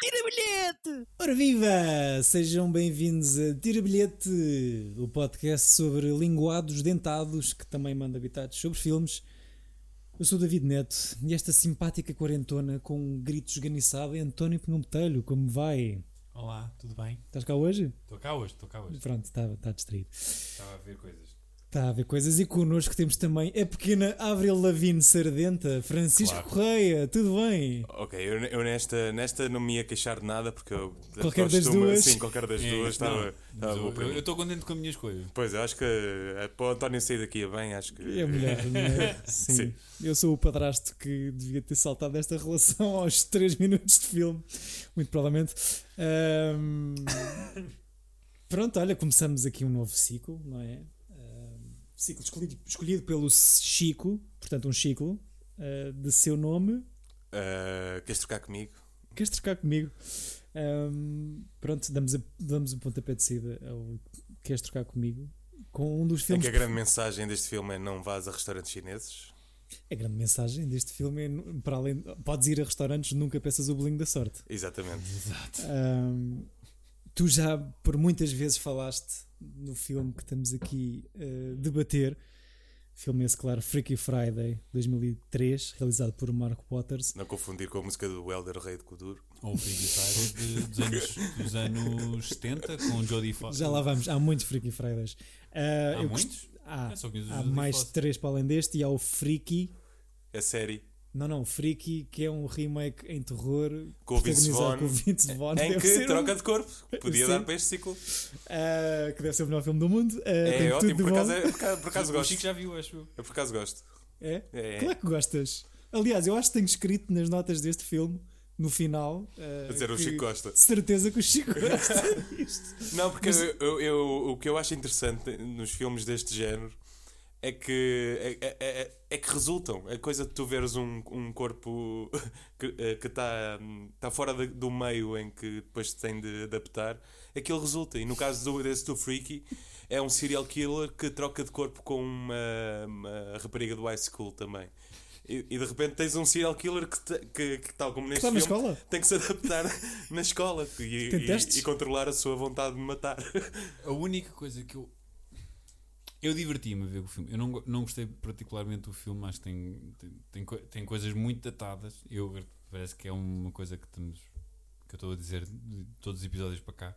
Tira bilhete! Ora viva! Sejam bem-vindos a Tira Bilhete, o podcast sobre linguados dentados que também manda habitados sobre filmes. Eu sou o David Neto e esta simpática quarentona com um grito esganiçado é António Pinhão Botelho. Como vai? Olá, tudo bem? Estás cá hoje? Estou cá hoje, estou cá hoje. Pronto, está tá distraído. Estava a ver coisas. Está a ver coisas e connosco temos também a pequena Avril Lavigne Sardenta, Francisco Claro. Correia, tudo bem? Ok, eu, eu nesta, nesta não me ia queixar de nada porque eu Qualquer das costumo- duas. Sim, qualquer É, das duas estava, estava boa eu para eu mim. estou contente com as minhas coisas. Pois, eu acho que eh, para o António sair daqui a bem, acho que. É melhor, é melhor. Sim. Sim. Eu sou o padrasto que devia ter saltado esta relação aos 3 minutos de filme, muito provavelmente. Ahm, Pronto, olha, começamos aqui um novo ciclo, não é? Ahm, Ciclo escolhido, escolhido pelo Chico, portanto, um ciclo ah, de seu nome. Eh, queres trocar comigo? Queres trocar comigo? Ahm, pronto, damos, a, damos um pontapé de saída ao Queres trocar comigo? Com um dos É filmes que a grande mensagem deste filme é não vás a restaurantes chineses. A grande mensagem deste filme é, nu- para além, podes ir a restaurantes, nunca peças o bolinho da sorte. Exatamente. Ahm, tu já por muitas vezes falaste no filme que estamos aqui a debater, filme esse, claro, Freaky Friday 2003, realizado por Mark Waters. Não confundir com a música do Helder Rei de Kuduro. Ou o Freaky Friday de- dos, anos, dos anos 70 com o Jodie Foster. Já lá vamos, há muitos Freaky Fridays. Ah, Há eu gost- muitos? Há, É, só conheço o há Jodie mais Foster. três para além deste e há o Freaky. A série. Não, não, Freaky, que é um remake em terror Com o Vince protagonizado Vaughn, com o Vince Vaughn. Em Deve ser que um- troca de corpo. Podia Sim. dar para este ciclo. Uh, que deve ser o melhor filme do mundo. Uh, tem É tudo ótimo, de por bom. acaso, é- por acaso- por acaso O Chico gosto. já viu, acho eu. Eu por acaso gosto. É? É, Claro que gostas. Aliás, eu acho que tenho escrito nas notas deste filme, no final. uh, a dizer, o que- Chico gosta. De certeza que o Chico gosta disto. Não, porque eu, eu- o que eu acho interessante nos filmes deste género é que é, é- é- é que resultam. A coisa de tu veres um, um corpo que eh, que está tá fora de- do meio em que depois te tem de adaptar, aquilo resulta. E no caso do, desse do Freaky, é um serial killer que troca de corpo com uma, uma rapariga do high school também. E, e de repente tens um serial killer que, te- que, que tal como neste está na filme, escola? tem que se adaptar na escola e, Tem e- testes? e controlar a sua vontade de matar. A única coisa que eu. Eu diverti-me a ver o filme. Eu não, go- não gostei particularmente do filme, acho que tem, tem, tem, co- tem coisas muito datadas. Eu, parece que é uma coisa que estamos. que eu estou a dizer de todos os episódios para cá.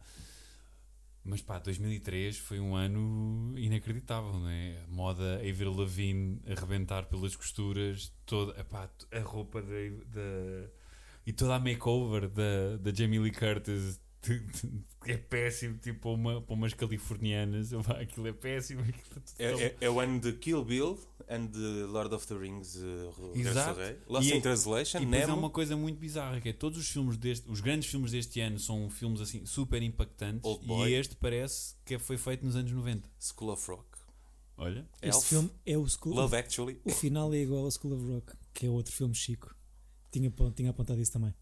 Mas pá, 2003 foi um ano inacreditável, não é? A moda Avril Lavigne a rebentar pelas costuras, toda, epá, a roupa da, da- e toda a makeover da, da Jamie Lee Curtis de- de- é péssimo, tipo, para, uma, para umas californianas, epá, aquilo é péssimo. Aquilo é É, tão- é- é o ano de Kill Bill and de Lord of the Rings, eh, Regresso Exato. ao Rei. Lost E- é- in Translation, E depois Nemo. há uma coisa muito bizarra que é todos os filmes deste, os grandes filmes deste ano são filmes assim super impactantes Old e Boy. este parece que foi feito nos anos 90. School of Rock, Olha, Este Elf, filme é o School. Love Actually. O final é igual ao School of Rock, que é outro filme Chico. Tinha, apon- tinha apontado isso também.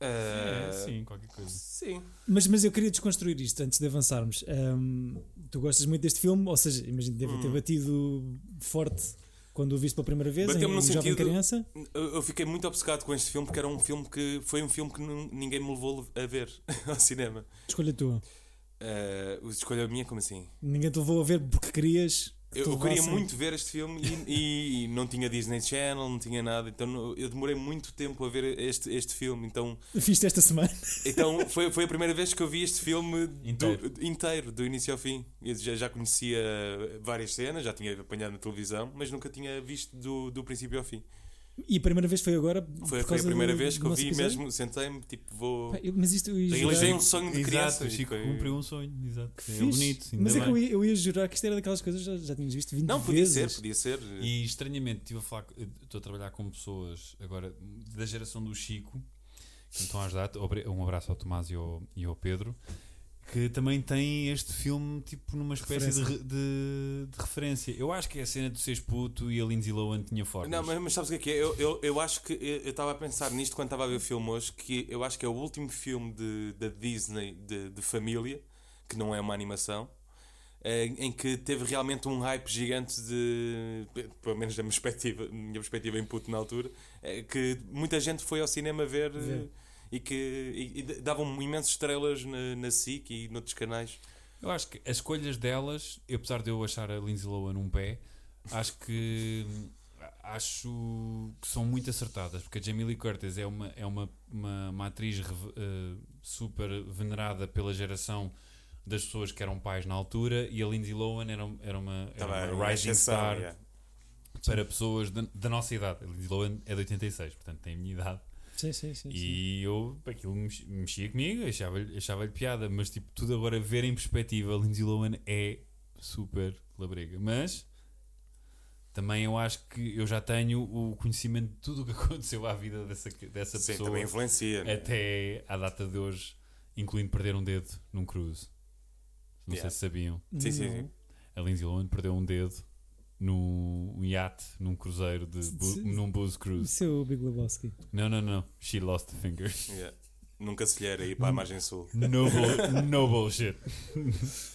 Eh, é, sim, qualquer coisa. sim. Mas, mas eu queria desconstruir isto antes de avançarmos. Ahm, tu gostas muito deste filme, ou seja, imagino que deve Hum. ter batido forte quando o viste pela primeira vez, em, Bateu-me em no jovem sentido- criança. Eu eu fiquei muito obcecado com este filme porque era um filme que foi um filme que nun- ninguém me levou a ver ao cinema. Escolha tua. Eh, escolha a minha, como assim? Ninguém te levou a ver porque querias. que Eu, te eu queria levassem. muito ver este filme e, e não tinha Disney Channel, não tinha nada, então não- eu demorei muito tempo a ver este, este filme. Então, Viste esta semana. então foi, foi a primeira vez que eu vi este filme do- Inteiro. inteiro, do início ao fim. Eu já, já conhecia várias cenas, já tinha apanhado na televisão, mas nunca tinha visto do, do princípio ao fim. E a primeira vez foi agora. Foi, por foi a causa primeira do- vez do que eu nosso vi episódio? mesmo, sentei-me, tipo, vou. Pá, eu- mas isto eu ia Realizei jurar. um sonho de Exato, criança, o Chico foi- cumpriu um sonho, exato. que é fixe. bonito, ainda mas é que eu bem. ia, eu ia jurar que isto era daquelas coisas que já, já tinhas visto 20 Não, podia vezes. ser, podia ser. eh, E estranhamente, estive a falar, eh, estou a trabalhar com pessoas agora da geração do Chico que me estão a ajudar. Obri- Um abraço ao Tomás e ao, e ao Pedro que também têm este filme tipo numa espécie de, re- de- de referência. Eu acho que é a cena do Seis Puto e a Lindsay Lohan tinha formas. Não, mas, mas sabes o que é que é? Eu, eu, eu acho que eu eu estava a pensar nisto quando estava a ver o filme hoje, que eu acho que é o último filme de, da Disney de, de família, que não é uma animação, eh, em que teve realmente um hype gigante de pe- pelo menos da minha é perspectiva, minha perspectiva input na altura, eh, que muita gente foi ao cinema ver. eh, Ver. E e que e- e davam imensas estrelas na, na SIC e noutros canais. Eu acho que as escolhas delas, eu, apesar de eu achar a Lindsay Lohan um pé, acho que acho que são muito acertadas, porque a Jamie Lee Curtis é uma, é uma, uma, uma atriz reve- eh, super venerada pela geração das pessoas que eram pais na altura e a Lindsay Lohan era, um- era uma, era Tá bem, uma uma rising exceção, star yeah. para pessoas da, da nossa idade. A Lindsay Lohan é de 86, portanto tem a minha idade. Sim, sim, sim. sim. E eu, pá, aquilo mex- mexia comigo, achava-lhe achava piada, mas tipo, tudo agora ver em perspectiva, Lindsay Lohan é super labrega. Mas também eu acho que eu já tenho o conhecimento de tudo o que aconteceu à vida dessa, dessa Sim, pessoa também influencia. né? É até à data de hoje, incluindo perder um dedo num cruise. Não Yeah. sei se sabiam. Sim, sim, Não. sim. A Lindsay Lohan perdeu um dedo num um iate, num cruzeiro, de bu- Sim. num booze cruise. Isso é o Big Lebowski. Não, não, não. She lost a finger. Yeah. Nunca se lhe era ir para a Hum. margem sul. No, bull- no bullshit.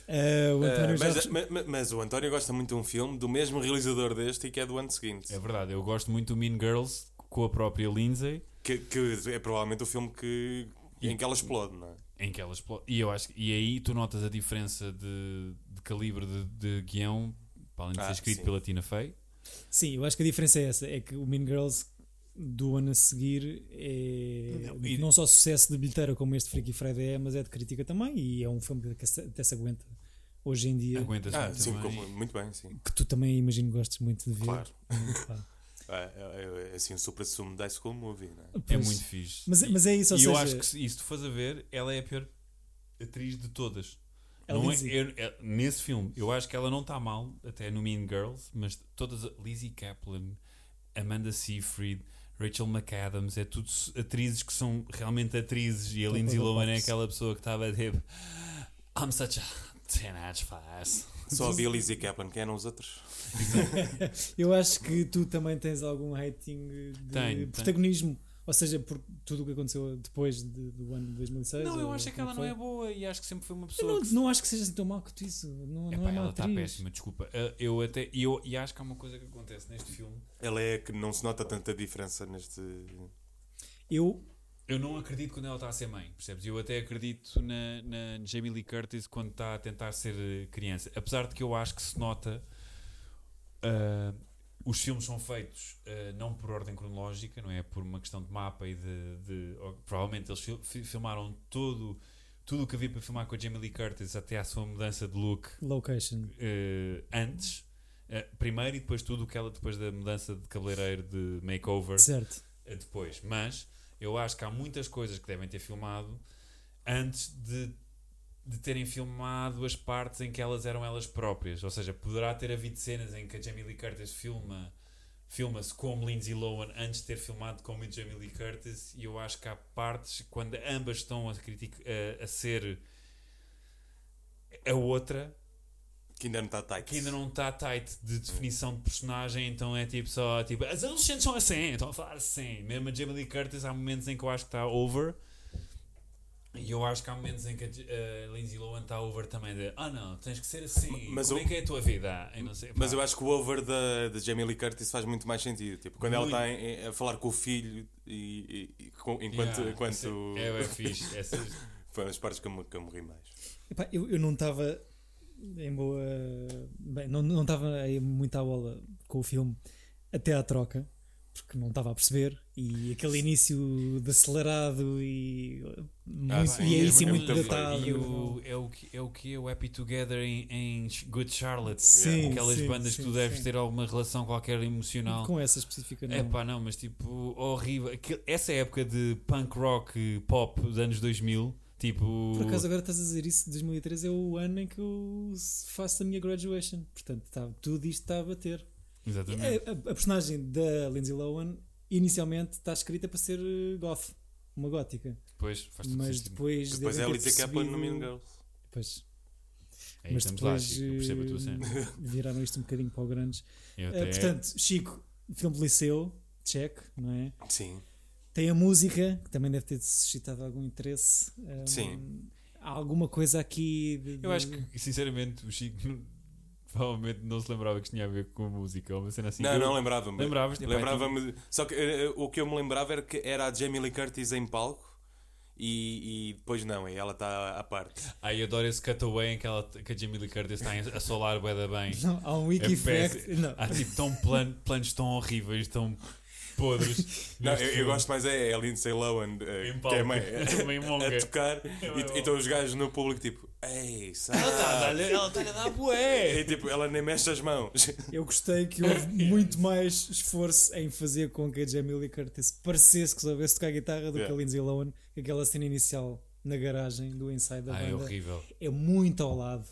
Eh, o António Ah, já mas, ma- ma- mas o António gosta muito de um filme do mesmo realizador deste e que é do ano seguinte. É verdade, eu gosto muito do Mean Girls com a própria Lindsay, Que, que é provavelmente o filme que, em que ela explode, não é? em que ela explode. E, eu acho, que- e aí tu notas a diferença de, de calibre de, de guião, para além de Ah, ser escrito sim. pela Tina Fey. Sim, eu acho que a diferença é essa, é que o Mean Girls do ano a seguir é Não, não, e- só sucesso de bilheteira como este Freaky Friday é, mas é de crítica também e é um filme que até se- até se aguenta hoje em dia, Aguentas Ah, muito sim, bem. como- muito bem, sim. que tu também imagino gostes muito de ver. Claro. Pá, Ah, É, é, é assim um supra-sumo da High School Movie, não é? É pois. muito fixe. Mas, E- mas é isso, e ou eu seja, acho que se, e se tu fores a ver, ela é a pior atriz de todas. ela Não é- diz- eu- é- nesse filme, eu acho que ela não está mal, até no Mean Girls, mas todas. a- Lizzie Kaplan, Amanda Seyfried, Rachel McAdams, é tudo s- atrizes que são realmente atrizes. E a Todas Lindsay Lohan é boas. aquela pessoa que estava tipo. I'm such a 10 out fast. Só havia Lizzie Kaplan, quem eram os outros? eu acho que tu também tens algum rating de Tenho, tenho. protagonismo, ou seja, por tudo o que aconteceu depois de- do ano de 2006. Não, eu ou acho que como ela não foi. é boa e acho que sempre foi uma Eu pessoa. não, que- não acho que seja assim tão mal quanto isso. Não, não Epá, é uma ela está atriz. péssima, desculpa. Uh, Eu até, e eu, e acho que há uma coisa que acontece neste filme. Ela é a que não se nota tanta diferença neste. Eu Eu não acredito quando ela está a ser mãe, percebes? Eu até acredito na, na Jamie Lee Curtis quando está a tentar ser eh, criança. Apesar de que eu acho que se nota. ah, os filmes são feitos ah, não por ordem cronológica, não é? Por uma questão de mapa e de. de- ou- provavelmente eles fil- fi- filmaram todo, tudo o que havia para filmar com a Jamie Lee Curtis até à sua mudança de look Location. eh, antes. eh, primeiro e depois tudo o que ela, depois da mudança de cabeleireiro, de makeover Certo. eh, depois. Mas eu acho que há muitas coisas que devem ter filmado antes de, de terem filmado as partes em que elas eram elas próprias. Ou seja, poderá ter havido cenas em que a Jamie Lee Curtis filma filma-se como Lindsay Lohan antes de ter filmado como a Jamie Lee Curtis e eu acho que há partes quando ambas estão a, critic- a- a ser a outra que ainda não está tight. que ainda não está tight de definição de personagem, então é tipo só tipo as adolescentes são assim, estão a falar assim. Mesmo a Jamie Lee Curtis, há momentos em que eu acho que está over. E eu acho que há momentos em que a J- a Lindsay Lohan está over também de ah não, tens que ser assim, Mas como eu- é que é a tua vida? Eu não sei, Mas pá. eu acho que o over da, da Jamie Lee Curtis faz muito mais sentido. Tipo, quando Muito. ela está a falar com o filho e, e- e com- enquanto. Yeah, enquanto É, é fixe. é fixe. Foi as partes que eu, me- que eu morri mais. Epá, eu, eu não estava em boa. Bem, não não estava aí muito à bola com o filme até à troca, porque não estava a perceber. E aquele início de acelerado e. Ah, Muito, sim, e é é isso e muito- muito é muito datado. E o, é, o que, é o que é o Happy Together em, em Good Charlotte. Sim, Aquelas sim, bandas que sim, tu deves sim. ter alguma relação qualquer emocional. Com essa específica, não. É pá, não, mas tipo, horrível. Aquele- essa época de punk rock pop dos anos 2000, tipo. Por acaso agora estás a dizer isso, 2013 é o ano em que eu faço a minha graduation. Portanto, tá- tudo isto está a bater. Exatamente. A, a- a personagem da Lindsay Lohan inicialmente está escrita para ser eh, goth, uma gótica. Depois faz tudo Mas sentido. depois. Depois é a devem ter Lizzie Kaplan no percebido- Mean Girls. Pois, Aí mas estamos depois, lá, Chico, eu percebo a tua cena. eh, Viraram isto um bocadinho para o grandes. Eu Eh, até- portanto, Chico, filme de liceu, check, não é? Sim. Tem a música, que também deve ter suscitado algum interesse. Eh, Sim. Há alguma coisa aqui. de- de- eu acho que, sinceramente, o Chico não- provavelmente não se lembrava que tinha a ver com a música. Ou uma cena assim. não, Eu- tipo, não, lembrava-me. Lembravas? Epá, eh, Lembrava-me. Só que eh, o que eu me lembrava era que era a Jamie Lee Curtis em palco e, e depois não, e ela está à parte. Ai, eu adoro esse cutaway em que, ela, que a Jamie Lee Curtis está a solar bué da bem. Não, há um É wiki fact. péssimo. Não. Há tipo tão plan- planos tão horríveis, tão podres. Não, neste eu, eu filme. gosto mais é, é a Lindsay Lohan, eh, Em que é palco. mãe, Também a, monga. É tocar, bem bom. e estão os gajos no público tipo, ei, sabe? Ela tá, está a dar- ela está a dar bué. E tipo, ela nem mexe as mãos. Eu gostei que É. houve muito mais esforço em fazer com que a Jamie Lee Curtis parecesse que soubesse tocar guitarra do que É. Yeah. a Lindsay Lohan, aquela cena inicial na garagem do ensaio da Ah, é banda. horrível. é muito ao lado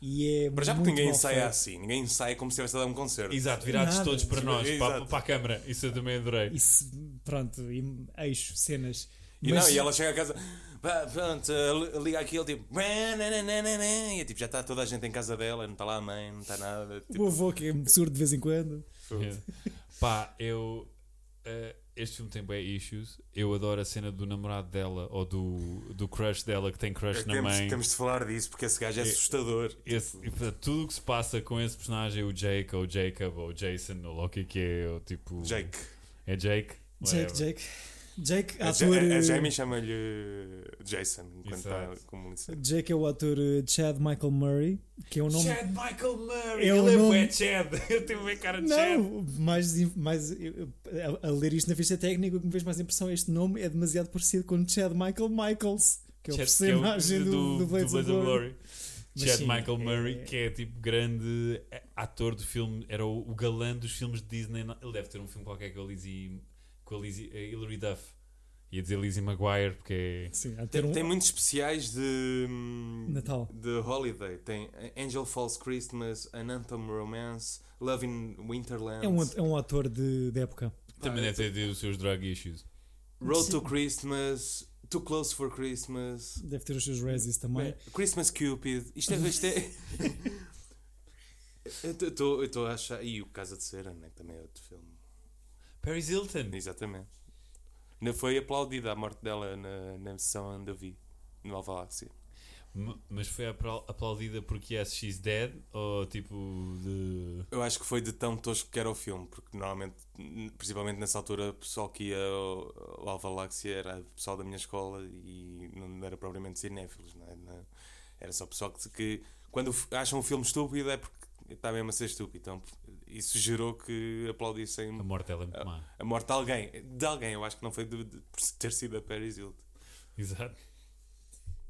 e é Para já porque muito ninguém mal ensaia feito. assim, ninguém ensaia como se estivesse a dar um concerto. Exato, virados Nada. todos para nós, para, Exato. para a câmara. Isso eu também adorei. E se- pronto, e eixo, cenas. E, Mas- não, e ela chega a casa, pá, pronto, eh, liga aquilo, tipo, "Nananana", e é tipo, já está toda a gente em casa dela, não está lá a mãe, não está nada. O Tipo, avô que é surdo de vez em quando. Yeah. Pá, eu. eh, este filme tem bem issues. Eu adoro a cena do namorado dela ou do, do crush dela que tem crush na É temos, mãe. temos de falar disso porque esse gajo é É- assustador. Esse- e, portanto, tudo o que se passa com esse personagem, é o Jake ou o Jacob ou o Jason ou lá o que é que é, ou tipo. Jake. É Jake? Jake, Whatever. Jake. Jake, A, ator. Ja- a eh, É Jamie chama-lhe eh, Jason, enquanto está Exato. como licença. Jake é o ator eh, Chad Michael Murray, que é um nome. Chad Michael Murray, É o ele é nome- bué Chad. Eu tenho bem cara de Chad. Não, mais, mais eu- eu- a, a ler isto na ficha técnica, o que me fez mais impressão é este nome é demasiado parecido com Chad Michael Michaels, que é o Chad, personagem que é o- do, do Blades of Glory. Mas Chad sim, Michael Murray, é- que é tipo grande é, ator do filme, era o, o galã dos filmes de Disney. Ele deve ter um filme qualquer com a Lizzie, com a Lizzie, a Hilary Duff. Ia dizer Lizzie Maguire, porque é. Sim, há de ter Tem, um tem muitos especiais de. hum, Natal. De Holiday. Tem Angel Falls Christmas, An Anthem Romance, Love in Winterland, É um, at- é um ator de, de época. Também deve ter tido os seus drug issues. Road to Christmas, Too Close for Christmas, Deve ter os seus resis é? também. Christmas Cupid. Isto é. Isto é... eu estou a achar. E o Casa de Cera, né? que também é outro filme. Paris Hilton. Exatamente. Ainda foi aplaudida a morte dela na, na sessão onde eu vi, no Alvaláxia. M- Mas foi apra- aplaudida porque yes, she's dead? Ou tipo de. Eu acho que foi de tão tosco que era o filme, porque normalmente, n- principalmente nessa altura, o pessoal que ia ao, ao Valáxia era o pessoal da minha escola e não era propriamente cinéfilos, não é? Não- Era só pessoal que, que quando f- acham um filme estúpido é porque está mesmo a ser estúpido. Então p- isso gerou que aplaudissem A morte dela é muito Ah. má. a morte de alguém. De alguém, eu acho que não foi de, de- por ter sido a Paris Hilton. Exato.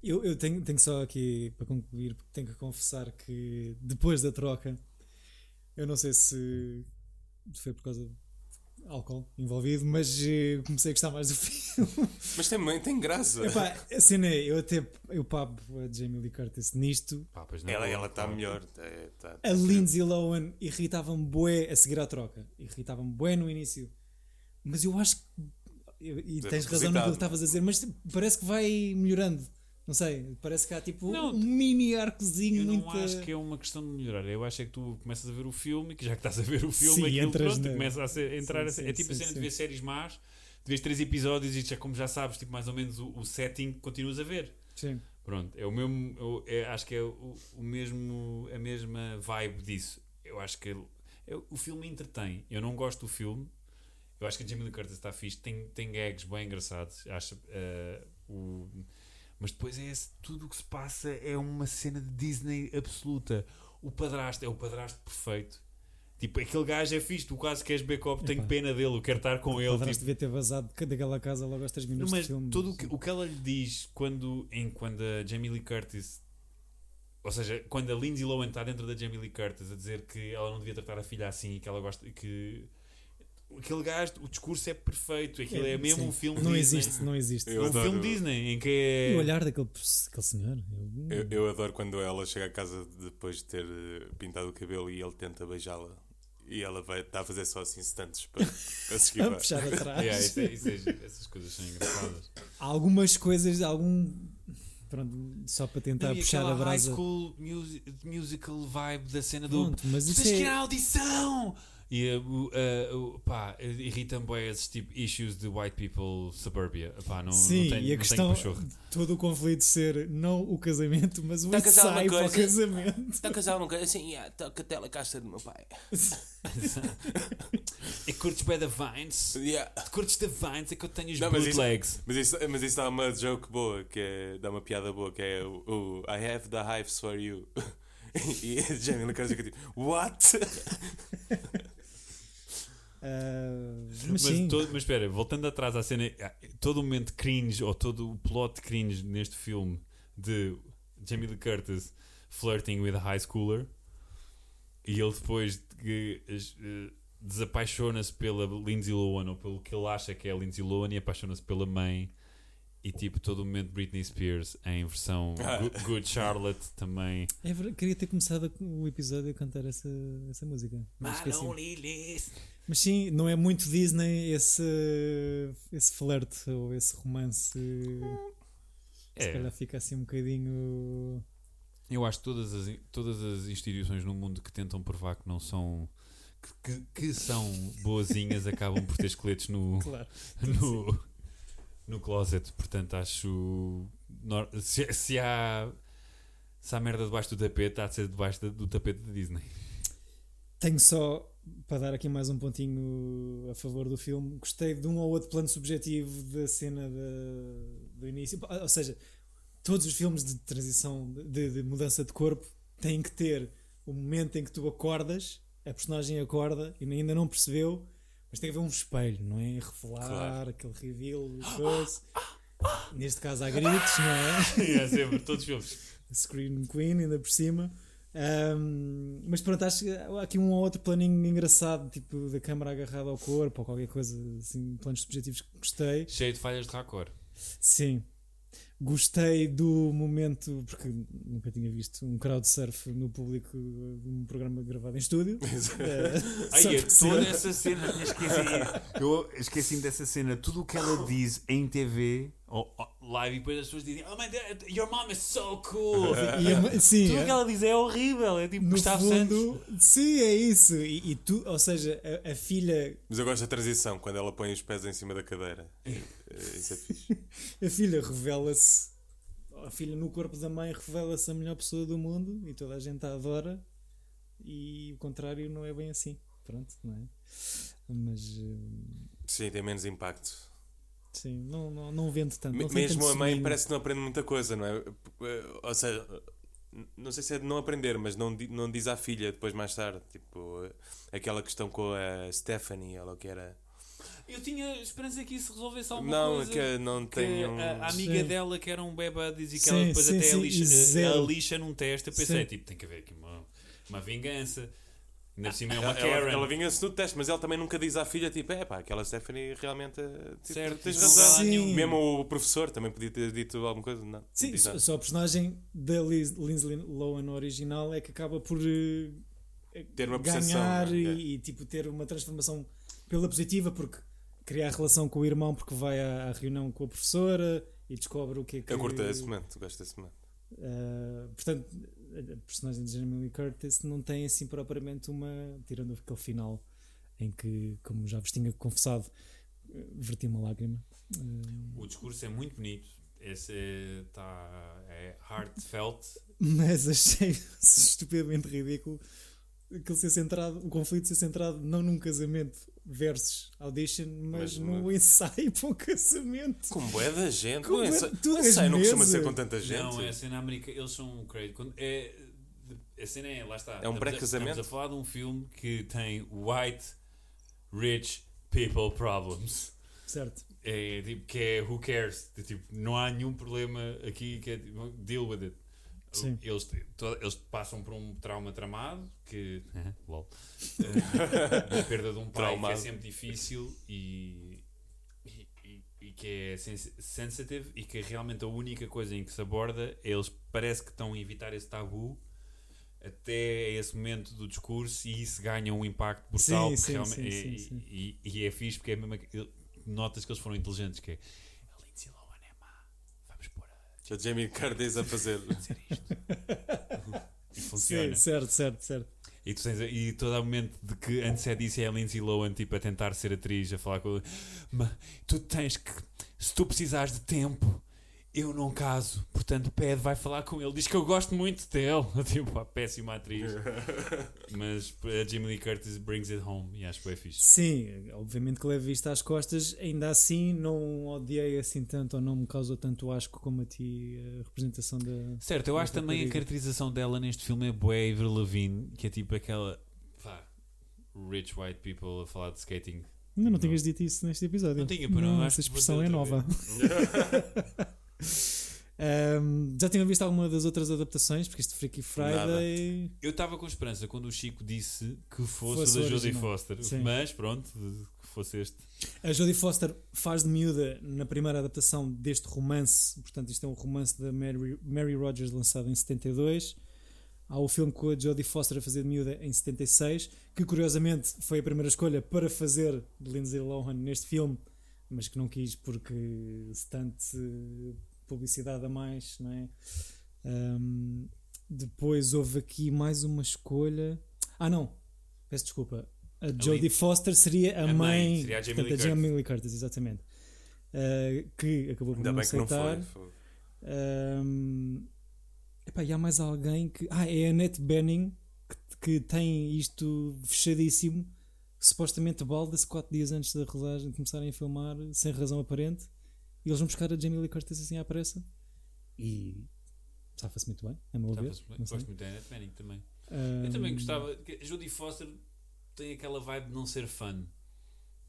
Eu, eu tenho, tenho só aqui para concluir, porque tenho que confessar que depois da troca, eu não sei se foi por causa de álcool envolvido, mas eh, comecei a gostar mais do filme. Mas também tem graça. Epá, a cena é, eu até eu papo a Jamie Lee Curtis nisto. Pá, pois não. Ela Boa, ela está claro. melhor. tá- tá- A Lindsay Lohan irritava-me bué a seguir à troca. Irritava-me bué no início. Mas eu acho que. eu- E tens razão propositado. naquilo que estavas a dizer, mas parece que vai melhorando. Não sei, parece que há tipo um Não, mini arcozinho Eu muito. não acho que é uma questão de melhorar. Eu acho é que tu começas a ver o filme, que já que estás a ver o filme, Sim, aquilo entras pronto, na- começa a ser- a entrar. Sim, a ser- é sim, tipo a sim, cena de sim. ver séries más, tu vês três episódios e já, como já sabes, tipo, mais ou menos o, o setting, continuas a ver. Sim. Pronto, é o mesmo. eu- é- acho que é o, o mesmo, a mesma vibe disso. Eu acho que ele- eu- o filme entretém. Eu não gosto do filme. Eu acho que a Jamie Lee Curtis está fixe. Tem, tem gags bem engraçados. Acho, eh, o- mas depois é esse- tudo o que se passa é uma cena de Disney absoluta. O padrasto é o padrasto perfeito. Tipo, aquele gajo é fixe. Tu quase queres backup. Tenho Epá. pena dele. Eu quero estar com ele. Ele tipo, devia ter vazado ca- daquela casa logo aos 3 não, minutos mas de filme. todo o que, o que ela lhe diz quando, em, quando a Jamie Lee Curtis, ou seja, quando a Lindsay Lohan está dentro da Jamie Lee Curtis a dizer que ela não devia tratar a filha assim e que ela gosta que aquele gajo, o discurso é perfeito, aquilo é, mesmo sim. um filme Não Disney. existe, não existe. É Eu- um adoro. filme Disney em que E é o olhar daquele, daquele senhor. eu- Eu, eu adoro quando ela chega a casa depois de ter eh, pintado o cabelo e ele tenta beijá-la. E ela vai estar a fazer só assim stunts para, para se a esquivar. puxar atrás. Yeah, isso é- isso é- essas coisas são engraçadas. Há algumas coisas, algum. Pronto, só para tentar Não, e puxar aquela a high brasa. school musi- musical vibe da cena do Pronto, mas Tu isso tens que ir é. à audição! E eh, o- eh, o- pá, irritam-me bué esses tipo issues de white people suburbia. Pá, não, Sim, não tenho, e a não questão tenho pachorra. de todo o conflito ser não o casamento, mas o Tá a casar uma ensaio para o coisa. casamento. Está casado nunca? Assim, yeah, tá com a telecasta do meu pai. E curtes bué da Vines? Yeah. Curtes da Vines? É que eu tenho os Não, mas isso- bootlegs. Mas isso, mas isso dá uma joke boa, que é, dá uma piada boa, que é o, o I have the hives for you. e a Jamie Lee Curtis fica tipo, what? Ah, mas, Mas, sim, todo- mas espera, voltando atrás à cena, ah, todo o momento cringe ou todo o plot cringe neste filme de Jamie Lee Curtis flirting with a high schooler e ele depois que, eh, desapaixona-se pela Lindsay Lohan ou pelo que ele acha que é a Lindsay Lohan e apaixona-se pela mãe e tipo todo o momento Britney Spears em versão Ah. Good, Good Charlotte também É verdade, queria ter começado o episódio a cantar essa, essa música. Ah, Mas, esqueci. mas sim, não é muito Disney esse, esse flerte ou esse romance. Se é, calhar fica assim um bocadinho. Eu acho que todas as, todas as instituições no mundo que tentam provar que não são. que, que- que são boazinhas acabam por ter esqueletos no, Claro. no, no closet. Portanto, acho. nor- Se, se há. Se há merda debaixo do tapete, há de ser debaixo da- do tapete da Disney. Tenho só para dar aqui mais um pontinho a favor do filme. Gostei de um ou outro plano subjetivo da cena da- do início. Ah, Ou seja, todos os filmes de transição, de, de mudança de corpo, têm que ter o momento em que tu acordas, a personagem acorda e ainda não percebeu, mas tem que haver um espelho, não é? Revelar Claro. aquele reveal, coisa. Neste caso há gritos, não é? é sempre, todos os filmes. Screen Queen, ainda por cima. Ahm, mas pronto, acho que há aqui um ou outro planinho engraçado, tipo da câmara agarrada ao corpo ou qualquer coisa, assim, planos subjetivos que gostei. Cheio de falhas de racor. Sim, gostei do momento, porque nunca tinha visto um crowdsurf no público de um programa gravado em estúdio. Eh, só Ai, é por ser- toda essa cena, eu esqueci. Eu esqueci dessa cena. Tudo o que ela diz em TV, ou, ou live, e depois as pessoas dizem: Oh my god, your mom is so cool. E a- sim, Tudo o é. que ela diz é horrível. É tipo no Gustavo Santos. fundo, sim, é isso. E, e tu, ou seja, a- a filha Mas eu gosto da transição, quando ela põe os pés em cima da cadeira. Eh, Isso é fixe. A filha revela-se. A filha no corpo da mãe revela-se a melhor pessoa do mundo e toda a gente a adora. E o contrário não é bem assim. Pronto, não é? Mas eh, Sim, tem menos impacto. sim, não, não, não vende tanto. Me- não tem Mesmo tanto a mãe swing. parece que não aprende muita coisa, não é? Eh, Ou seja, n- não sei se é de não aprender, mas não, di- não diz à filha depois mais tarde. Tipo, eh, aquela questão com a Stephanie, ela que era. Eu tinha esperança que isso resolvesse alguma não, coisa. que não que tem um. a, a amiga Sim. dela, que era um beba, dizia que Sim, ela depois sim, até a, sim, e lixa, a zero. lixa num teste. Eu pensei: Sim. tipo, tem que haver aqui uma, uma vingança. Ainda por cima é uma Ela, Karen. ela, ela vinha-se no teste, mas ela também nunca diz à filha: tipo, é pá, aquela Stephanie realmente. eh, Tipo, certo, tens não razão. dá lá Sim. nenhum. Mesmo o professor também podia ter dito alguma coisa, não? não Sim, diz só, nada. só a personagem da Liz, Lindsay Lohan original é que acaba por eh, Ter uma percepção, ganhar não é? e, É. e, tipo ter uma transformação pela positiva porque cria a relação com o irmão porque vai à, à reunião com a professora e descobre o que é que Eu curto esse momento, gosto desse momento. Uh, portanto, a personagem de Jeremy Lee Curtis não tem assim propriamente uma. Tirando aquele final em que, como já vos tinha confessado, eh, verti uma lágrima. Uh, O discurso é muito bonito. Esse é, tá, é heartfelt. mas achei estupidamente ridículo aquele ser centrado, o conflito ser centrado não num casamento versus audition, mas, Mas no uma- ensaio para um casamento. Como é da gente? Como não é- sei, tu és não costuma mesa. ser com tanta gente. Não, é a cena americana. Eles são creio. Quando, é, a cena é, lá está. É um Estamos a- pré-casamento? Estamos a falar de um filme que tem white, rich people problems. Certo. É tipo que é who cares? De, tipo, não há nenhum problema aqui que é tipo, deal with it. Sim. Eles, te- to- eles passam por um trauma tramado que. lol. Eh, da perda de um pai Traumado. que é sempre difícil e, e, e- e que é sens- sensitive e que é realmente a única coisa em que se aborda é eles parece que estão a evitar esse tabu até esse momento do discurso e isso ganha um impacto brutal Sim, porque sim, realmente- sim, e, sim, sim. E, e é fixe porque é mesmo aqu- ele- notas que eles foram inteligentes que é a Lindsay Lohan é má vamos pôr a A Jamie Curtis a fazer. dizer isto e Sim, funciona certo, certo, certo. E, tu tens, e todo o momento de que antes é disso é a Lindsay Lohan tipo, a tentar ser atriz, a falar com ele. Mas tu tens que. Se tu precisares de tempo, eu não caso. Portanto, pede, vai falar com ele. Diz que eu gosto muito dele. Tipo, pá, péssima atriz. Mas a Jamie Lee Curtis brings it home. E acho que foi fixe. Sim, obviamente que levo isto às costas, ainda assim não odiei assim tanto ou não me causou tanto asco como a ti a representação da. Certo, eu acho Outra também a rapariga. caracterização dela neste filme é Boé Avril Lavigne, que é tipo aquela. Pá, rich white people a falar de skating. Ainda não Não. tinhas dito isso neste episódio. Não tinha, pô, não, acho essa que vou expressão é dizer outra nova. Ahm, já tinham visto alguma das outras adaptações? Porque este Freaky Friday. Eu estava com esperança quando o Chico disse que fosse, Fosse o da o Jodie original. Foster, Sim. mas pronto, que fosse este. A Jodie Foster faz de miúda na primeira adaptação deste romance, portanto, isto é um romance da Mary, Mary Rogers lançado em 72. Há o filme com a Jodie Foster a fazer de miúda em 76, que curiosamente foi a primeira escolha para fazer de Lindsay Lohan neste filme, mas que não quis porque se tanto eh, publicidade a mais, não é? Ahm, depois houve aqui mais uma escolha. Ah, não, peço desculpa. A Jodie Foster seria a, a É mãe, mãe, seria a Jamie portanto, Lee Curtis. Jamie Lee Curtis, exatamente. Ah, que acabou por Ainda não bem que não aceitar. foi. fogo. Ahm, epá, e há mais alguém que. Ah, é a Annette Benning que, que tem isto fechadíssimo. que Supostamente balda-se 4 dias antes da rodagem de começarem a filmar, sem razão aparente. E eles vão buscar a Jamie Lee Curtis assim à pressa. E safa-se muito bem, a meu Tá, ver. Um, mas não sei. Hum. Gosto muito da Annette Bening também. Ahm, Eu também gostava. que A Jodie Foster tem aquela vibe de não ser fã,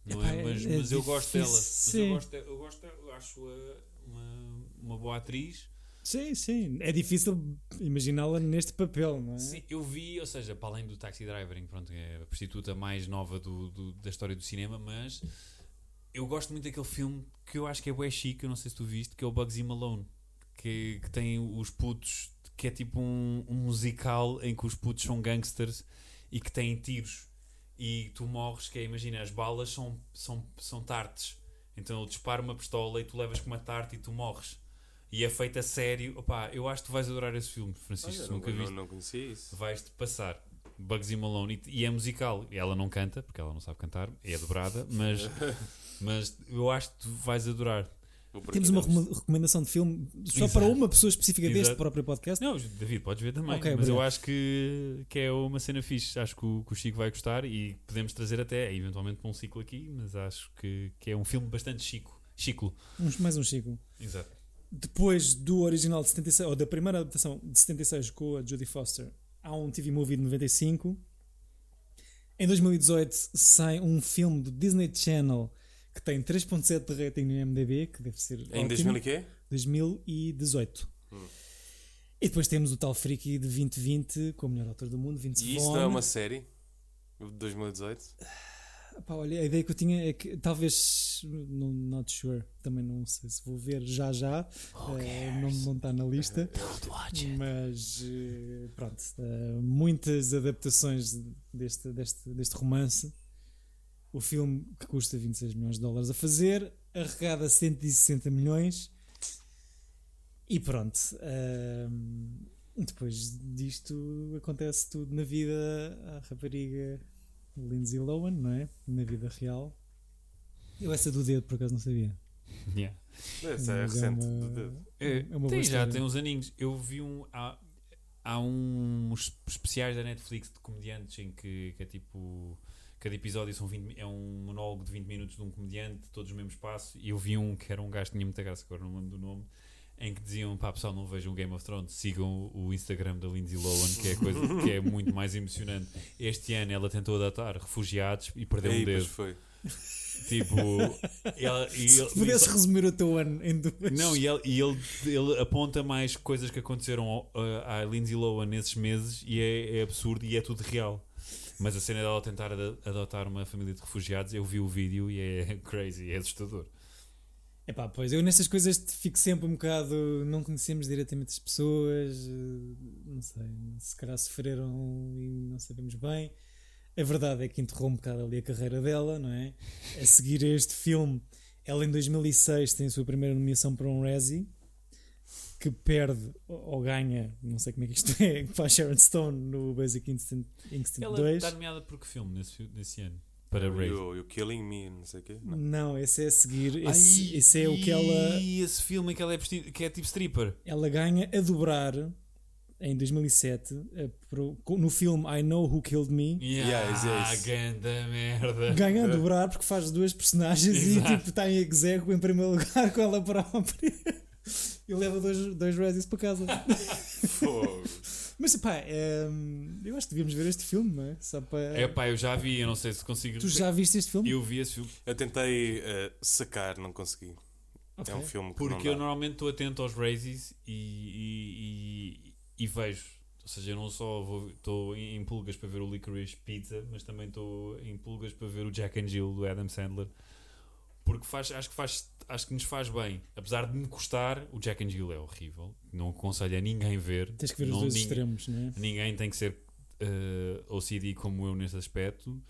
não Epá, é? é- Mas, é mas eu gosto dela. Mas difícil, eu sim. gosto, eu gosto dela, eu acho-a uma, uma boa atriz. Sim, sim. É difícil imaginá-la neste papel, não é? Sim, eu vi, ou seja, para além do Taxi Driving, pronto, é a prostituta mais nova do, do- da história do cinema, mas eu gosto muito daquele filme que eu acho que é bué chique, eu não sei se tu viste, que é o Bugsy Malone, que, que tem os putos, que é tipo um, um musical em que os putos são gangsters e que têm tiros. E tu morres, que é, imagina, as balas são, são, são tartes. Então ele dispara uma pistola e tu levas com uma tarte e tu morres. E é feito a sério. Opa, eu acho que tu vais adorar esse filme, Francisco, Olha, se nunca não, viste não, não conhecia isso. vais-te passar Bugsy Malone e, e é musical. E Ela não canta, porque ela não sabe cantar, é dobrada, mas, mas eu acho que tu vais adorar. Vou por Temos aqui, uma não. recome- recomendação de filme só Exato. para uma pessoa específica deste Exato. próprio podcast. Não, David, podes ver também, Ok, mas eu obrigado. acho que, que é uma cena fixe. Acho que o, que o Chico vai gostar e podemos trazer até, eventualmente, para um ciclo aqui, mas acho que, que é um filme bastante chico. Chico. Uns- mais um Chico. Exato. Depois do original de 76, ou da primeira adaptação de 76 com a Jodie Foster, há um TV movie de 95. Em 2018 sai um filme do Disney Channel que tem 3.7 de rating no IMDb, que deve ser Em ótimo. 2000 e quê? 2018. E depois temos o tal Freaky de 2020 com o melhor autor do mundo, Vince E isso Vaughn. não é uma série? De 2018? Pá, olha, a ideia que eu tinha é que talvez, não, not sure, também não sei se vou ver já já, Oh, eh, não, não está na lista, mas eh, pronto, eh, muitas adaptações deste, deste, deste romance. O filme que custa 26 milhões de dólares a fazer, arrecada 160 milhões e pronto. ehm, depois disto acontece tudo na vida à rapariga Lindsay Lohan, não é? Na vida real. Eu essa do dedo, por acaso, não sabia. Yeah. Essa é Mas recente. uma- do dedo. É, É uma boa tem já, história. tem uns aninhos. Eu vi um. Há, há uns especiais da Netflix de comediantes em que, que é tipo. Cada episódio são 20, mi- é um monólogo de 20 minutos de um comediante, todos no mesmo espaço. E eu vi um que era um gajo que tinha muita graça, agora não me lembro do nome. Em que diziam, pá pessoal, não vejam Game of Thrones, sigam o Instagram da Lindsay Lohan, que é, a coisa, que é muito mais emocionante. Este ano ela tentou adaptar refugiados e perdeu Aí, um pois dedo. foi. Tipo, ela, e ele- Se pudesse resumir o teu ano em duas. não, e ele, e ele, ele aponta mais coisas que aconteceram ao- a- à Lindsay Lohan nesses meses e é, é absurdo e é tudo real. Mas a cena dela tentar ad- adotar uma família de refugiados, eu vi o vídeo e é crazy, é assustador. Epá, pois eu nessas coisas fico sempre um bocado. Não conhecemos diretamente as pessoas, eh, não sei, se calhar sofreram e não sabemos bem. A verdade é que interrompe um bocado ali a carreira dela, não é? A seguir a este filme, ela em 2006 tem a sua primeira nomeação para um Razzie, que perde ou ou ganha, não sei como é que isto é, que faz Sharon Stone no Basic Instinct, Instinct Ela tá 2. está nomeada por que filme nesse, fi- nesse ano? Para Ray. You, you Killing Me, não sei o quê. Não. Não, esse é a seguir. Esse, esse é o que ela, E esse filme em que ela é, vestida- que é tipo stripper. ela ganha a dobrar em 2007 eh, pro- com- no filme I Know Who Killed Me. Yeah, Yeah, é isso. ganda merda. Ganha a dobrar porque faz duas personagens Exato. e tipo está em execo em primeiro lugar com ela própria. E leva dois, dois Razzies para casa. Fogo. Mas pá, ehm, eu acho que devíamos ver este filme, não é? Só para. É pá, eu já vi, eu não sei se consigo. tu já viste este filme? Eu vi esse filme Eu tentei eh, sacar, não consegui. Ok. É um filme que porque eu não dá. normalmente estou atento aos raises e, e, e- e vejo. Ou seja, eu não só vou- estou em em pulgas para ver o Licorice Pizza, mas também estou em pulgas para ver o Jack and Jill do Adam Sandler. Porque faz, acho, que faz, acho que nos faz bem. Apesar de me custar, o Jack and Jill é horrível. Não aconselho a ninguém ver. Tens que ver Não os dois ninguém- extremos, não é? Ninguém tem que ser eh, OCD como eu nesse aspecto.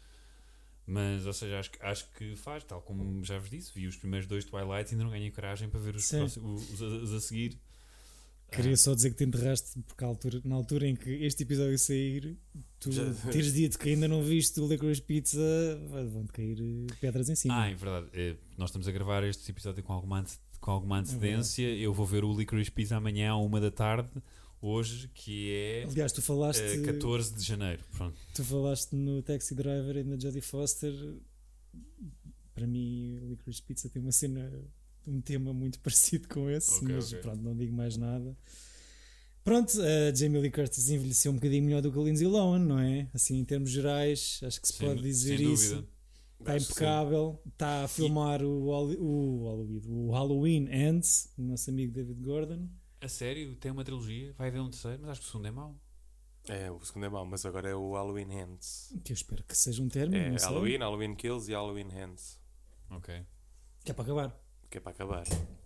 Mas, ou seja, acho, que- acho que faz, tal como já vos disse, vi os primeiros dois Twilight e ainda não ganhei coragem para ver os, Sim. próximos- os, a- os a seguir. Ah, Queria só dizer que te enterraste, porque à altura- na altura em que este episódio sair, tu Já- teres dito que ainda não viste o Licorice Pizza, vai- vão-te cair eh, pedras em cima. Ah, é verdade. eh, nós estamos a gravar este episódio com alguma, ante- com alguma É verdade. antecedência. eu vou ver o Licorice Pizza amanhã à uma da tarde, hoje, que é Aliás, tu eh, falaste, 14 de janeiro. Pronto. tu falaste no Taxi Driver e na Jodie Foster. Para mim, o Licorice Pizza tem uma cena, um tema muito parecido com esse, Ok, mas ok. pronto, não digo mais nada. Pronto, a Jamie Lee Curtis envelheceu um bocadinho melhor do que a Lindsay Lohan, não é? Assim, em termos gerais, acho que se Sem- pode dizer sem isso. dúvida. Está Acho que sim. Tá impecável, está a filmar o, Hall- o Halloween, o Halloween Ends, o nosso amigo David Gordon. A sério, tem uma trilogia, vai haver um terceiro, mas acho que o segundo é mau. É, o segundo é mau, mas agora é o Halloween Hands. Que eu espero que seja um término, É não sei. Halloween, Halloween Kills e Halloween Hands. Ok. Que é para acabar. Que é para acabar.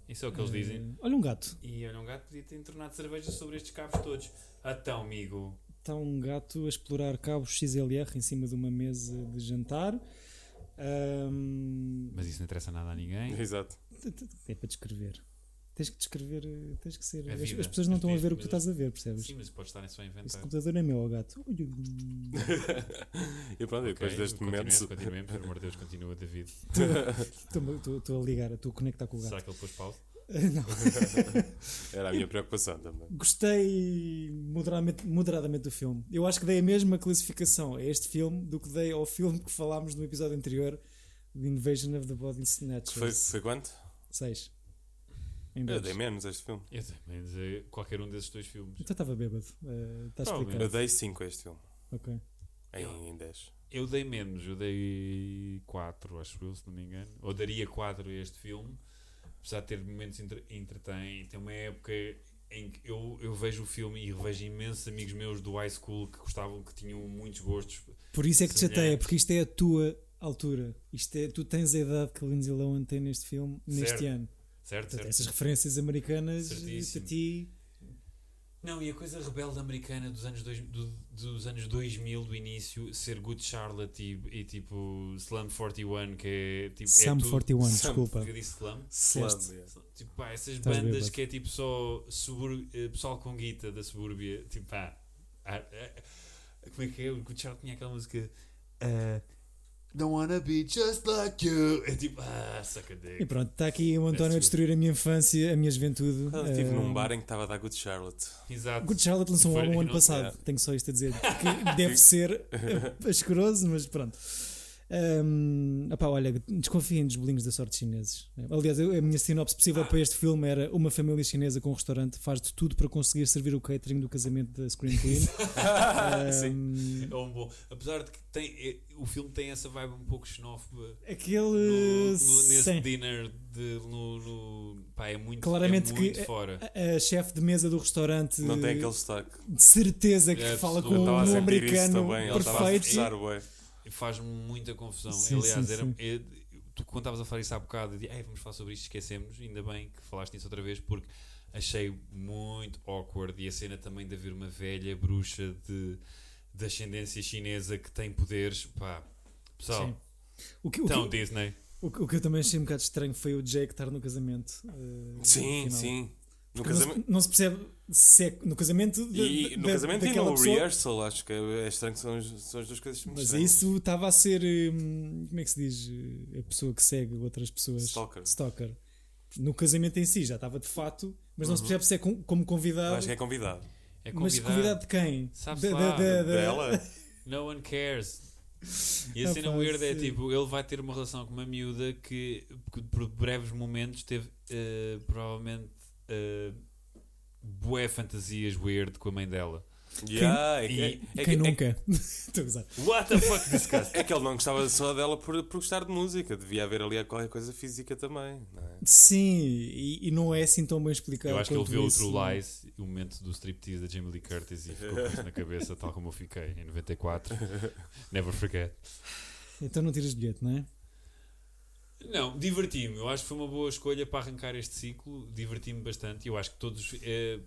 Isso é o que eles dizem. Eh, olha um gato. E olha, um gato podia ter entornado cerveja sobre estes cabos todos. Então, amigo. Está um gato a explorar cabos XLR em cima de uma mesa de jantar. Ahm, Mas isso não interessa nada a ninguém. Exato. t- t- é para descrever. Tens que descrever, eh, tens que ser. A As, vida, as pessoas não as estão a ver o vidas, que tu estás a ver, percebes? Sim, mas pode estarem só a Esse inventar. computador é meu, ó gato. Olha, E pronto, e depois Ok, deste continuemos, momento. Continuemos, pelo amor de Deus, continua, David. estou- Estou estou a ligar, estou a conectar com o gato. Será que ele pôs pausa? Não. Era a minha preocupação também. Gostei moderadamente, moderadamente do filme. Eu acho que dei a mesma classificação a este filme do que dei ao filme que falámos no episódio anterior de Invasion of the Body Que Foi, Snatchers. foi quanto? 6. Em Eu dois. dei menos este filme. Eu sei, mas eh, qualquer um desses dois filmes. Então estava bêbado. Eh, Está Provavelmente. explicado. Eu dei 5 a este filme. Ok. Em, em 10. Eu dei menos, eu dei 4, acho eu, se não me engano. Ou daria 4 a este filme, apesar de ter momentos entre, entretém. Tem uma época em que eu, eu vejo o filme e revejo imensos amigos meus do high school que gostavam, que tinham muitos gostos Por isso é que te chateia, Semelhantes. porque isto é a tua altura. Isto é, tu tens a idade que a Lindsay Lohan tem neste filme, neste Certo, ano. Certo, Portanto, certo. essas referências americanas Certíssimo. para ti. Não, e a coisa rebelde americana dos anos, dois, do- dos anos 2000, do início, ser Good Charlotte e, e tipo Slum 41, que é tipo. Sum é tudo- 41, Sum, desculpa. Porque eu disse Slum. Disseste. Slum, yeah. Tipo, pá, essas Estás bandas bêbado. que é tipo só subur- eh, pessoal com guita da subúrbia. Tipo, pá. ah, ah, ah, como é que é? O Good Charlotte tinha aquela música. ah, Don't wanna be just like you. É tipo, ah, saca E dick. pronto, está aqui o António a Peço. destruir a minha infância, a minha juventude. Eu Ah, estive Eh, num bar em que estava a dar Good Charlotte. Exato. Good Charlotte lançou um Foi- álbum ano não- passado, tenho só isto a dizer. Que deve ser eh, asqueroso, mas pronto. Hum, opá, olha, desconfiem dos bolinhos da sorte chineses. Aliás, eu- a minha sinopse possível para este filme era uma família chinesa com um restaurante faz de tudo para conseguir servir o catering do casamento da Scream Queen. Ah, Hum, É um bom. Apesar de que tem, é- o filme tem essa vibe um pouco xenófoba aquele. no, no- nesse sim. dinner de, no, no- pá, é muito, Claramente é que- muito fora. A, a chefe de mesa do restaurante Não tem aquele sotaque. de certeza que É, fala com Eu Eu um estava a sentir isso americano também. Ele estava a perfeito. forçar, ué. Faz-me muita confusão. Sim, Aliás, sim, era, sim. é- tu quando estavas a falar isso há bocado, eu disse, "Ei, vamos falar sobre isto, esquecemos. Ainda bem que falaste nisso outra vez, porque achei muito awkward. E a cena também de haver uma velha bruxa de, de ascendência chinesa que tem poderes. Pá, pessoal, Sim. O que- o que- então Disney. O que, o que eu também achei um bocado estranho foi o Jake estar no casamento. eh, no Sim, final. sim. No Não se- casamento. Não se percebe se é no casamento. da- E, e no da- casamento e daquela no pessoa. rehearsal, acho que é estranho que são, as- são as duas coisas muito Mas estranhas. isso estava a ser. hum, Como é que se diz? eh, A pessoa que segue outras pessoas. Stalker. Stalker. No casamento em si já estava de fato, mas não se percebe se é com- como Eu convidado. Uhum. Acho que é convidado. É Mas convidado. convidado de quem? Sabe-se Da- lá, da- da- da- Dela? No one cares. E a Ah, cena pá, weird é sim. tipo, ele vai ter uma relação com uma miúda que que por breves momentos teve eh, provavelmente eh, bué fantasias weird com a mãe dela. Yeah, é, que- e- é, que- Quem é, que- nunca? Estou a gozar. What the fuck disgust? é que ele não gostava só dela por, por gostar de música. Devia haver ali qualquer coisa física também. Não é? Sim, e, e não é assim tão bem explicado. Eu acho que ele quanto viu o isso. True Lies, o momento do striptease da Jamie Lee Curtis e ficou com isso na cabeça, tal como eu fiquei em 94. Never forget. Então não tiras bilhete, não é? Não, diverti-me. Eu acho que foi uma boa escolha para arrancar este ciclo. Diverti-me bastante. Eu acho que todos. eh,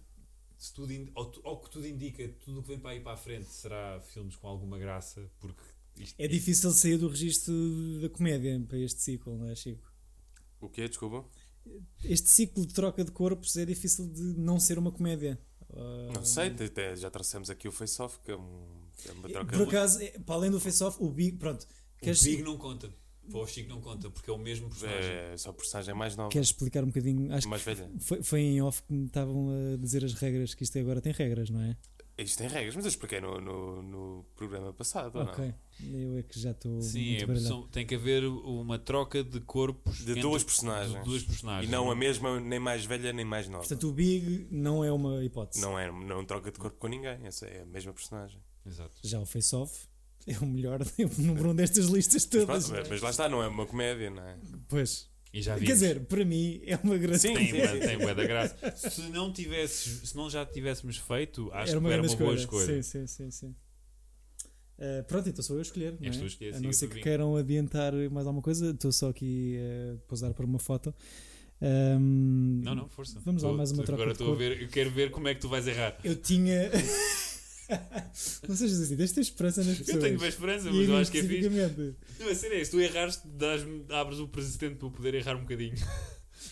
se tudo in- ao, tu- ao que tudo indica, tudo o que vem para aí para a frente será filmes com alguma graça, porque isto É difícil sair do registro da comédia para este ciclo, não é, Chico? O quê? Desculpa? Este ciclo de troca de corpos é difícil de não ser uma comédia. Ah, Não sei, te- te- já trouxemos aqui o Face Off, que é, um, é uma troca Por acaso, é, para além do face-off, o Big. Pronto. Queres, o Big não conta. Para o Chico não conta, porque é o mesmo personagem. É, só a personagem mais nova, queres explicar um bocadinho? Acho mais velha. que foi, foi em off que me estavam a dizer as regras, que isto agora tem regras, não é? Isto tem regras, mas eu expliquei no, no, no programa passado, ou não? ok. Eu é que já estou. Sim, muito é, baralhado. são- tem que haver uma troca de corpos De entre- duas de personagens. duas E personagens. é? não a mesma, nem mais velha, nem mais nova. Portanto, o Big não é uma hipótese. Não, é, não troca de corpo com ninguém, essa é a mesma personagem. Exato. Já o face-off é o melhor, é o número um destas listas Mas, todas. pronto, mas lá está, não é uma comédia, não é? Pois. E já Quer vimos. dizer, para mim é uma grande. Sim. tem, bué- tem bué da graça. Se não, tivesses, se não já tivéssemos feito, acho era uma, que era uma grande boa escolha. escolha. Sim, sim, sim. sim. Ah, pronto, então sou eu a escolher. Não És tu a é? escolher, a siga não ser para que mim. queiram adiantar mais alguma coisa, estou só aqui eh, a posar para uma foto. Ehm, Ahm, Não, não, força. Vamos lá, Tô- mais uma tô- troca Agora de a ver, eu quero ver como é que tu vais errar. Eu tinha. não sejas assim, deixa ter esperança nas pessoas. Eu tenho bem esperança, E mas a eu mim acho que é fixe. especificamente. Não, a cena é, se tu errares, dás-me- abres o precedente para eu poder errar um bocadinho.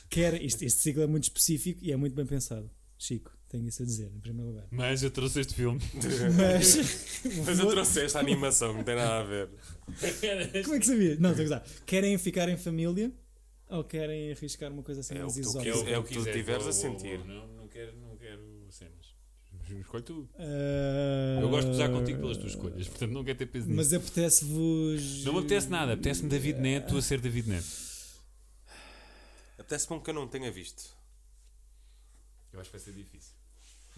Quer, este, este ciclo é muito específico e é muito bem pensado. Chico, tenho isso a dizer, em primeiro lugar. Mas eu trouxe este filme. Mas. Mas eu trouxe esta animação, não tem nada a ver. Como é que sabia? Não, estou a gozar. Querem ficar em família ou querem arriscar uma coisa assim É o mais que tu exótica? queres. é o que tu tiveres a sentir. Não, não quero, não quero cenas. Escolhe tu. Ah, Eu gosto de usar contigo pelas tuas escolhas, portanto não quero ter peso nisso. Mas É. apetece-vos. Não me apetece nada, apetece-me David Neto a ser David Neto. Apetece-me um que eu não tenha visto. Eu acho que vai ser difícil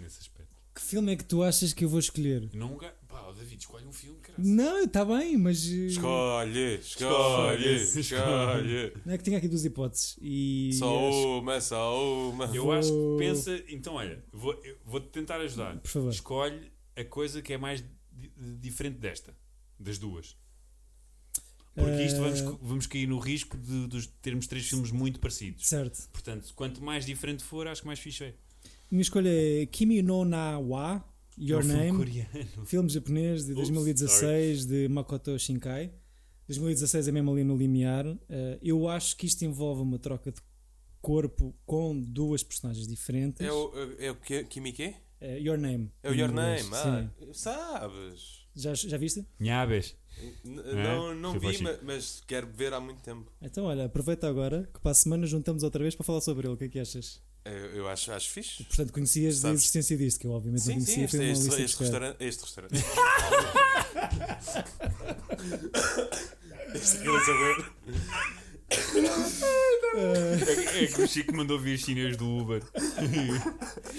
nesse aspecto. Que filme é que tu achas que eu vou escolher? Não, ga- pá, ó, David, escolhe um filme, caralho. Não, está bem, mas. eh, Escolhe, escolhe, escolhe. Não é que tinha aqui duas hipóteses. E. acho- Só uma, só uma. Eu Vou- acho que pensa. Então, olha, vou, eu vou-te tentar ajudar. Por favor. Escolhe a coisa que é mais di- diferente desta, das duas. Porque isto Eh, vamos, co- vamos cair no risco de, de termos três filmes muito parecidos. Certo. Portanto, quanto mais diferente for, acho que mais fixe é. Minha escolha é Kimi no Na Wa, Your É um filme Name. coreano. Filme japonês de Oops, 2016 de Makoto Shinkai. 2016 é mesmo ali no limiar. Uh, eu acho que isto envolve uma troca de corpo com duas personagens diferentes. É o, é o que- Kimi quê? Uh, Your Name. É o Your em inglês. Name. Ah, sabes. Sim. Já, já viste? Nhabes. N- É? Não, não Tipo vi, assim. ma- mas quero ver há muito tempo. Então, olha, aproveita agora que para a semana juntamos outra vez para falar sobre ele. O que é que achas? Eu, É, eu acho, acho fixe. Portanto, conhecias a Sabes- existência disto, que eu obviamente não Sim, conhecia. sim, é este, foi uma este- lista de este espera. restaurante. Este restaurante. este realizador. É, que o Chico mandou vir chinês do Uber.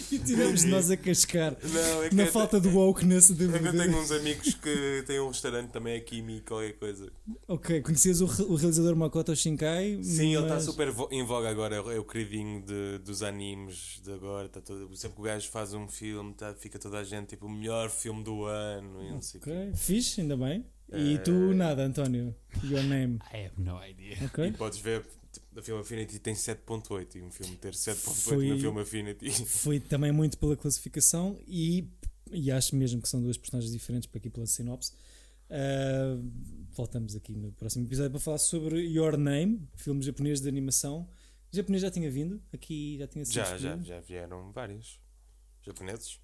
E tivemos nós a cascar Não, é que na eu- falta de wokeness. De, É que eu de- tenho uns amigos que têm um restaurante também aqui em mim, qualquer coisa. Ok, conhecias o, re- o realizador Makoto Shinkai? Sim, ele está mas- super vo- em voga agora, é o- é o queridinho de- dos animes de agora. Tá todo, sempre que o gajo faz um filme, tá- fica toda a gente tipo o melhor filme do ano e não sei o quê. Ok, fixe, ainda bem. Eh, E tu nada, António. Your name. I have no idea. E Ok? podes ver, tipo, na Film Affinity tem 7.8 e um filme ter 7.8 Foi- na Film Affinity. Fui também muito pela classificação e, e acho mesmo que são duas personagens diferentes para aqui pela sinopse. Ah, voltamos aqui no próximo episódio para falar sobre Your Name, filme japonês de animação japonês já tinha vindo, aqui já tinha sido Já, já, escolhido. já vieram vários japoneses.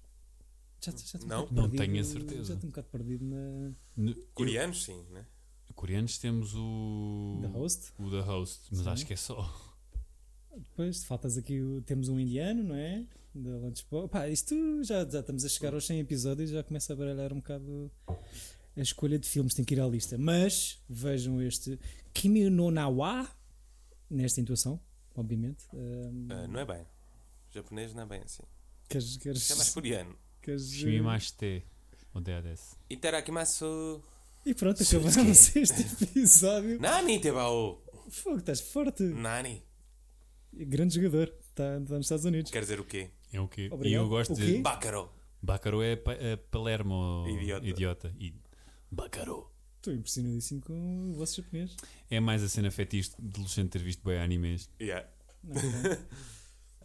Já, já estou um Não? bocado Não perdido- tenho a certeza. Já estou um bocado perdido na No- Coreanos, sim, né? eu- coreanos temos o. da host. O The Host, mas Sim. acho que é só. Depois, faltas aqui, o- temos um indiano, não é? Da Lunchbox. Pá, isto já, já estamos a chegar aos 100 episódios, já começa a baralhar um bocado a escolha de filmes, tem que ir à lista. Mas vejam este Kimi no Nawa, nesta intuação, obviamente. ehm, Ahm, Ah, não é bem. Japonês não é bem assim. queres, Isso é mais queres, coreano. queres, é Shimimashite. Ou DADS. Itarakimasu. E pronto, acabamos este episódio. Nani tebao. Fogo, estás forte. Nani. Grande jogador. Está está nos Estados Unidos. Quer dizer o quê? É o quê? E Obrigado. eu gosto O de. quê? Bacaro. Bacaro é pa- é Palermo. Idiota. Idiota. E Bacaro. Estou impressionadíssimo com o vosso japonês. É mais a cena fetiche de adolescente ter visto bem animes. Yeah. Não, não.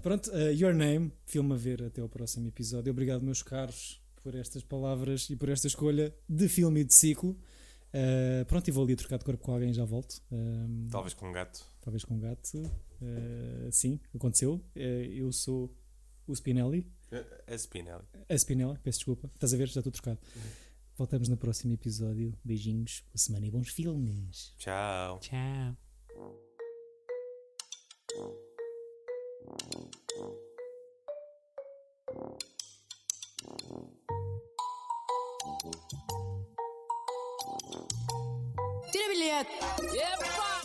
Pronto, uh, Your Name, filme a ver até ao próximo episódio. Obrigado, meus caros, por estas palavras e por esta escolha de filme e de ciclo. Uh, pronto, e vou ali trocar de corpo com alguém e já volto. Um, Talvez com um gato. Talvez com um gato. Uh, sim, aconteceu. Uh, eu sou o Spinelli. A É Spinelli. A Spinelli, peço desculpa. Estás a ver? Já estou trocado. Voltamos no próximo episódio. Beijinhos, boa semana e bons filmes. Tchau. Tchau. Tira bilhete! Epa!